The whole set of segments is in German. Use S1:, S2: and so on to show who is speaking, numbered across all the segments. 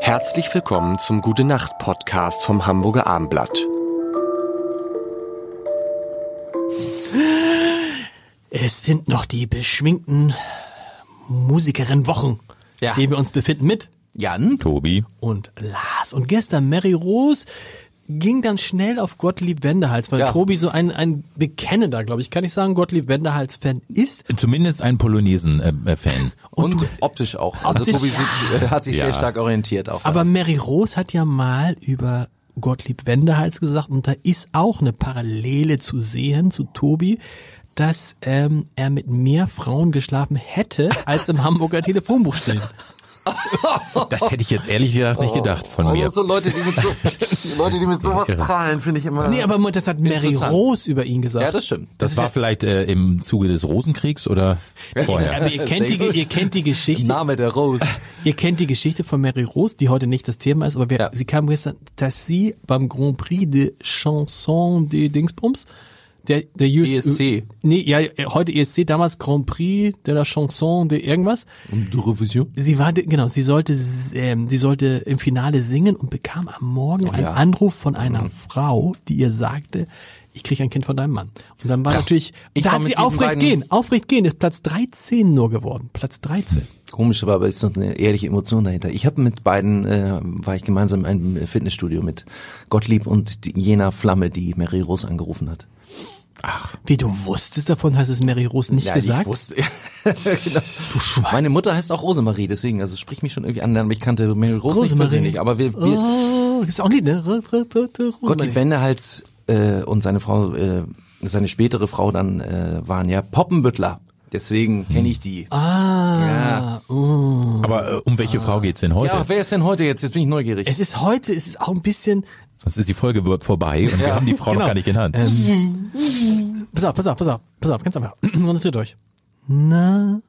S1: Herzlich willkommen zum Gute Nacht Podcast vom Hamburger Armblatt.
S2: Es sind noch die beschwingten Musikerinnenwochen,
S3: Ja.
S2: in denen wir uns befinden mit
S3: Jan?
S4: Tobi.
S2: und Lars. Und gestern Mary Rose ging dann schnell auf Gottlieb Wendehals, weil
S3: Ja.
S2: Tobi so ein, ein Bekennender, glaube ich, kann ich sagen, Gottlieb Wendehals-Fan ist.
S4: Zumindest ein Polonesen-Fan. Äh, Fan.
S3: Und,
S2: du-
S3: optisch auch. Also
S2: Optisch,
S3: Tobi sieht, äh, hat sich
S4: Ja.
S3: sehr stark orientiert auch.
S2: Aber Mary Rose hat ja mal über Gottlieb Wendehals gesagt und da ist auch eine Parallele zu sehen zu Tobi, dass ähm, er mit mehr Frauen geschlafen hätte als im Hamburger Telefonbuch steht.
S4: das hätte ich jetzt ehrlich gesagt nicht gedacht von mir.
S2: Also,
S3: so Leute, die mit, so, Leute, die mit sowas prahlen, finde ich immer.
S2: Nee, aber das hat Mary
S3: Interessant.
S2: Rose über ihn gesagt.
S3: ja, das stimmt.
S4: Das war vielleicht äh, im Zuge des Rosenkriegs oder vorher.
S2: aber ihr kennt, die,
S3: Sehr gut.
S2: ihr kennt die Geschichte,
S3: Name der Rose.
S2: ihr kennt die Geschichte von Mary Rose, die heute nicht das Thema ist, aber wir,
S3: Ja.
S2: sie kam gestern, dass sie beim Grand Prix de Chanson de Dingsbums, der, der
S3: E
S2: US,
S3: ESC.
S2: nee, ja, heute ESC, damals Grand Prix de la Chanson de irgendwas, sie war, genau, sie sollte, s- ähm, sie sollte im Finale singen und bekam am Morgen
S3: Oh
S2: einen Anruf von
S3: Mhm.
S2: einer Frau, die ihr sagte, ich krieg ein Kind von deinem Mann. Und dann war natürlich,
S3: Ich
S2: da
S3: war
S2: hat
S3: mit
S2: sie
S3: diesen
S2: aufrecht
S3: beiden-
S2: gehen, aufrecht gehen, ist Platz 13 nur geworden, Platz 13.
S3: Komisch, aber es ist noch eine ehrliche Emotion dahinter. Ich habe mit beiden, äh, war ich gemeinsam in einem Fitnessstudio mit Gottlieb und die, jener Flamme, die Mary Rose angerufen hat.
S2: Wie, du wusstest davon, hast es Mary Rose nicht gesagt?
S3: ich wusste. genau. Du Schwein. Meine Mutter heißt auch Rosemarie, deswegen, also sprich mich schon irgendwie an, aber ich kannte Mary Rose nicht
S2: Rosemarie.
S3: persönlich, aber wir, wir,
S2: oh, gibt's auch ein Lied, ne? R- r- r- r-
S3: Gottlieb
S2: Rosemarie.
S3: Wendehals äh, und seine Frau, äh, seine spätere Frau dann äh, waren ja Poppenbüttler. Deswegen kenne ich die.
S2: Ah,
S4: Aber äh, um welche Frau geht's denn heute?
S3: Ja, wer ist denn heute jetzt? Jetzt bin ich neugierig.
S2: es ist heute, es ist auch ein bisschen,
S4: Sonst ist die Folge wo- vorbei und wir haben die Frau
S2: Genau.
S4: noch gar nicht genannt.
S2: pass auf, pass auf, pass auf, pass auf, ganz einfach, konzentriert euch. Na,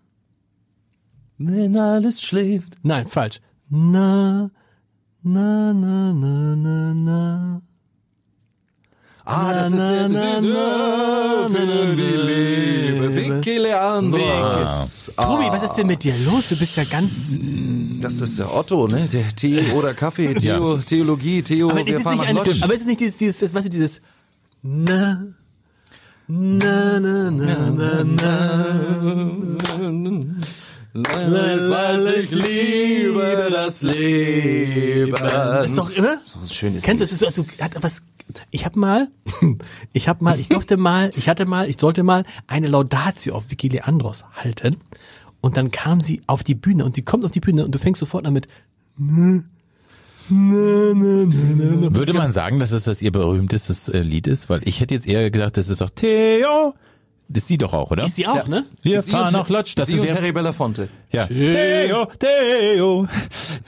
S3: wenn alles schläft.
S2: nein, falsch. Na, na, na, na, na, na.
S3: Ah, das ist
S2: Na,
S3: ja-
S2: na, na, na,
S3: die Liebe. Vicky Leandro. Ah.
S2: Tobi, was ist denn mit dir los? Du bist ja ganz,
S3: Das ist der Otto, ne? Der Tee oder Kaffee, Theo, Theologie, Theo,
S2: aber ist
S3: wir
S2: es
S3: fahren
S2: nicht
S3: nach
S2: ein,
S3: Lodz.
S2: aber ist es nicht dieses, dieses, das, weißt du, dieses, na, na, na, na, na, na.
S3: Weil ich liebe das Leben.
S2: Das ist doch, oder?
S3: So ein schönes
S2: Kennst du, es ist so, also, hat was, ich habe mal, ich habe mal, ich durfte mal, ich hatte mal, ich sollte mal eine Laudatio auf Vicky Leandros halten und dann kam sie auf die Bühne und sie kommt auf die Bühne und du fängst sofort an mit
S4: Hm. Würde
S2: genau.
S4: man sagen, dass es das ihr berühmtestes äh, Lied ist? Weil ich hätte jetzt eher gedacht, das ist doch Theo. Das ist sie doch auch, oder?
S2: Ist sie auch, ne?
S4: Wir
S3: Sie
S4: fahren
S3: und-
S4: nach Lodz. Das
S3: Sie und
S4: der-
S3: Harry Belafonte.
S4: ja. Theo, Theo.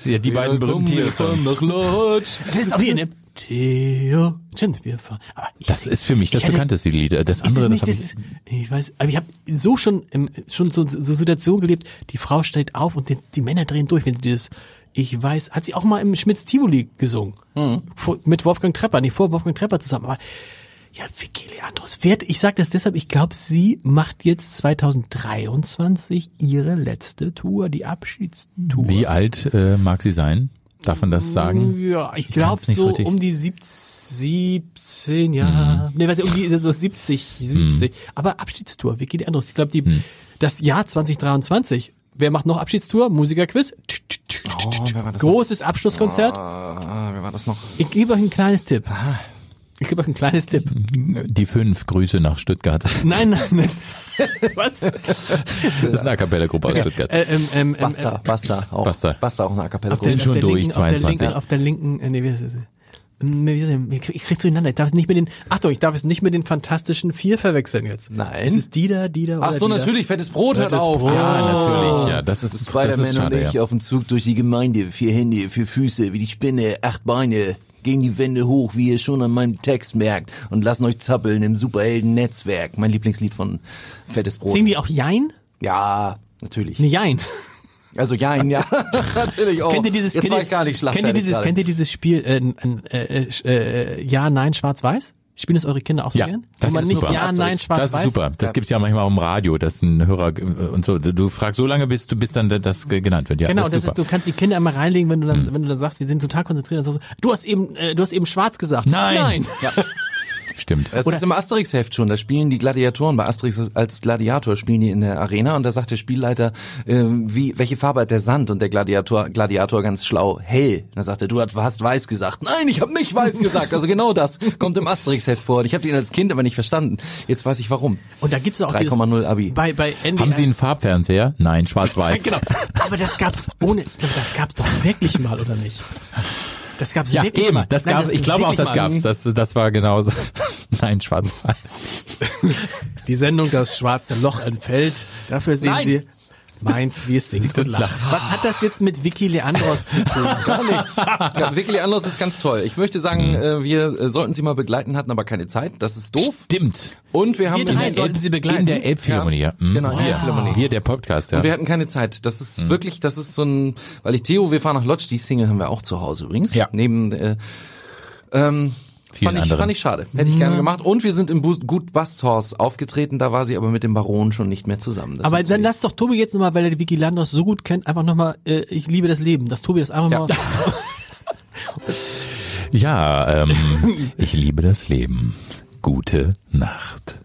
S4: Ja, die beiden berühmten
S3: Wir
S4: Theo-Songs.
S3: fahren nach Lodz.
S2: Das ist auch hier, ne? Theo, stimmt, wir fahren. Aber ich,
S4: Das ist für mich das
S2: Ich hätte-
S4: bekannteste Lied. Das
S2: Ist
S4: andere,
S2: es
S4: das
S2: nicht,
S4: habe
S2: das
S4: ich.
S2: ist, ich weiß, aber ich habe so schon ähm, schon so, so Situationen gelebt, die Frau steht auf und die, die Männer drehen durch, wenn du dieses ich weiß, hat sie auch mal im Schmitz Tivoli gesungen. Vor, mit Wolfgang Trepper, nicht vor Wolfgang Trepper zusammen, aber ja, Vicky Leandros wird, ich sage das deshalb, ich glaube, sie macht jetzt 2023 ihre letzte Tour, die Abschiedstour.
S4: Wie alt äh, mag sie sein? Darf man das sagen?
S2: Ja, ich,
S4: Ich kann's
S2: glaube
S4: nicht
S2: so
S4: richtig- Mhm.
S2: um die 17, ja. Nee, weiß ich, um die so 70, 70. Aber Abschiedstour, wie geht die anders? Ich glaube, die
S4: Mhm.
S2: das Jahr 2023. Wer macht noch Abschiedstour? Musikerquiz.
S3: Oh, wer war das
S2: Großes Abschlusskonzert.
S3: Ah, wer war das noch?
S2: Ich gebe euch ein kleines Tipp.
S3: Ah,
S2: Ich gebe euch ein kleines Tipp.
S4: Mhm. Die fünf Grüße nach Stuttgart. Das
S2: Nein, nein, nein. Was? Äh,
S4: ist eine A cappella Gruppe aus Stuttgart.
S2: ähm, ähm, ähm,
S3: Basta, Basta, auch.
S4: Basta.
S3: Basta auch eine Akapelle.
S4: Bin schon
S2: der
S4: durch,
S2: linken, auf der
S4: 22.
S2: linken, auf der linken, äh, nee, wie heißt das? Ähm, wie heißt das? Ich krieg- ich krieg's durcheinander. Ich darf es nicht mit den, Achtung, ich darf es nicht mit den fantastischen vier verwechseln jetzt.
S3: Nein.
S2: Es ist Dieter, Dieter
S3: Ach
S2: oder
S3: so,
S2: Dieter.
S3: natürlich, fettes Brot hört
S2: Fettes
S3: auf.
S2: Brot.
S4: Ja, natürlich. Ja, das ist, das ist
S3: Spider-Man und
S4: schade.
S3: ich
S4: ja.
S3: auf dem Zug durch die Gemeinde. Vier Hände, vier Füße, wie die Spinne, acht Beine. Gehen die Wände hoch, wie ihr schon an meinem Text merkt. Und lassen euch zappeln im Superhelden-Netzwerk. Mein Lieblingslied von Fettes Brot.
S2: Singen die auch Jein?
S3: Ja, natürlich.
S2: Nee, Jein.
S3: Also ja, ja, natürlich
S4: Oh,
S3: auch.
S2: kennt ihr dieses,
S3: Jetzt
S2: kennt
S3: war
S2: ihr-
S3: ich gar
S2: kennt
S3: nicht
S2: ihr
S3: schlagfertig
S2: dieses,
S3: gerade.
S2: kennt ihr dieses Spiel, äh, äh, äh, äh, ja, nein, schwarz-weiß? Spielen das eure Kinder auch so
S4: Ja,
S2: gern?
S4: das
S2: Wo man
S4: ist
S2: nicht
S4: super.
S2: ja, nein,
S4: Das
S2: schwarz,
S4: ist
S2: weiß.
S4: super. Das gibt's ja manchmal auch im Radio, dass ein Hörer äh, und so. Du fragst so lange, bis du bis dann das ge- genannt wird. Ja,
S2: Genau, das
S4: das ist
S2: ist,
S4: super. Hm.
S2: du kannst die Kinder immer reinlegen, wenn du dann, wenn du dann sagst, wir sind total konzentriert, dann sagst du, du hast eben, äh, du hast eben schwarz gesagt.
S4: Nein.
S2: Nein.
S4: Stimmt.
S2: Äh,
S3: Das ist im Asterix-Heft schon, da spielen die Gladiatoren, bei Asterix als Gladiator spielen die in der Arena und da sagt der Spielleiter, ähm, wie, welche Farbe hat der Sand? Und der Gladiator, Gladiator ganz schlau, hell. Und dann sagt er, du hat- hast weiß gesagt. Nein, ich habe nicht weiß gesagt. Also genau das kommt im Asterix-Heft vor. Und ich habe den als Kind aber nicht verstanden. Jetzt weiß ich warum.
S2: Und da gibt's auch dieses-
S3: 3,0 Abi.
S2: Bei, bei NDR.
S4: Haben Sie einen Farbfernseher? Nein, schwarz-weiß.
S2: äh, genau. Aber das gab's ohne, das gab's doch wirklich mal, oder nicht? Das gab's
S4: Ja,
S2: wirklich
S4: eben.
S2: mal.
S4: Das
S2: Nein,
S4: gab's. ich glaube auch,
S2: wirklich
S4: das
S2: mal.
S4: gab's. Das, das war genauso. Nein, schwarz-weiß.
S2: Die Sendung Das schwarze Loch entfällt. Dafür sehen
S3: Nein.
S2: Sie meins, wie es singt und lacht. Was hat das jetzt mit Vicky Leandros zu tun? Gar nichts. Ah.
S3: Ja, wirklich anders ist ganz toll. Ich möchte sagen, äh, wir äh, sollten sie mal begleiten, hatten aber keine Zeit. Das ist doof.
S4: Stimmt.
S3: Und wir haben
S2: drei
S3: in der
S2: sollten
S3: Elb-
S2: sie begleiten.
S4: In der Elbphilharmonie. Ja. Mhm.
S3: Genau, in der
S4: Hier.
S3: Elbphilharmonie.
S4: Hier der Podcast. Ja. Mhm.
S3: Wir hatten keine Zeit. Das ist wirklich, das ist so ein, weil ich Theo, wir fahren nach Lodz, die Single haben wir auch zu Hause übrigens.
S4: Ja.
S3: Neben, äh, ähm,
S4: Vielen
S3: fand ich,
S4: anderen.
S3: fand ich schade. Hätte ich gerne gemacht. Und wir sind im Bu Gut Basthorst aufgetreten, da war sie aber mit dem Baron schon nicht mehr zusammen. Das
S2: Aber
S3: ist
S2: dann
S3: natürlich-
S2: lass doch Tobi jetzt nochmal, weil er die Vicky Leandros so gut kennt, einfach nochmal, äh, ich liebe das Leben, dass Tobi das einfach
S3: Ja.
S2: mal
S4: Ja, ähm, ich liebe das Leben. Gute Nacht.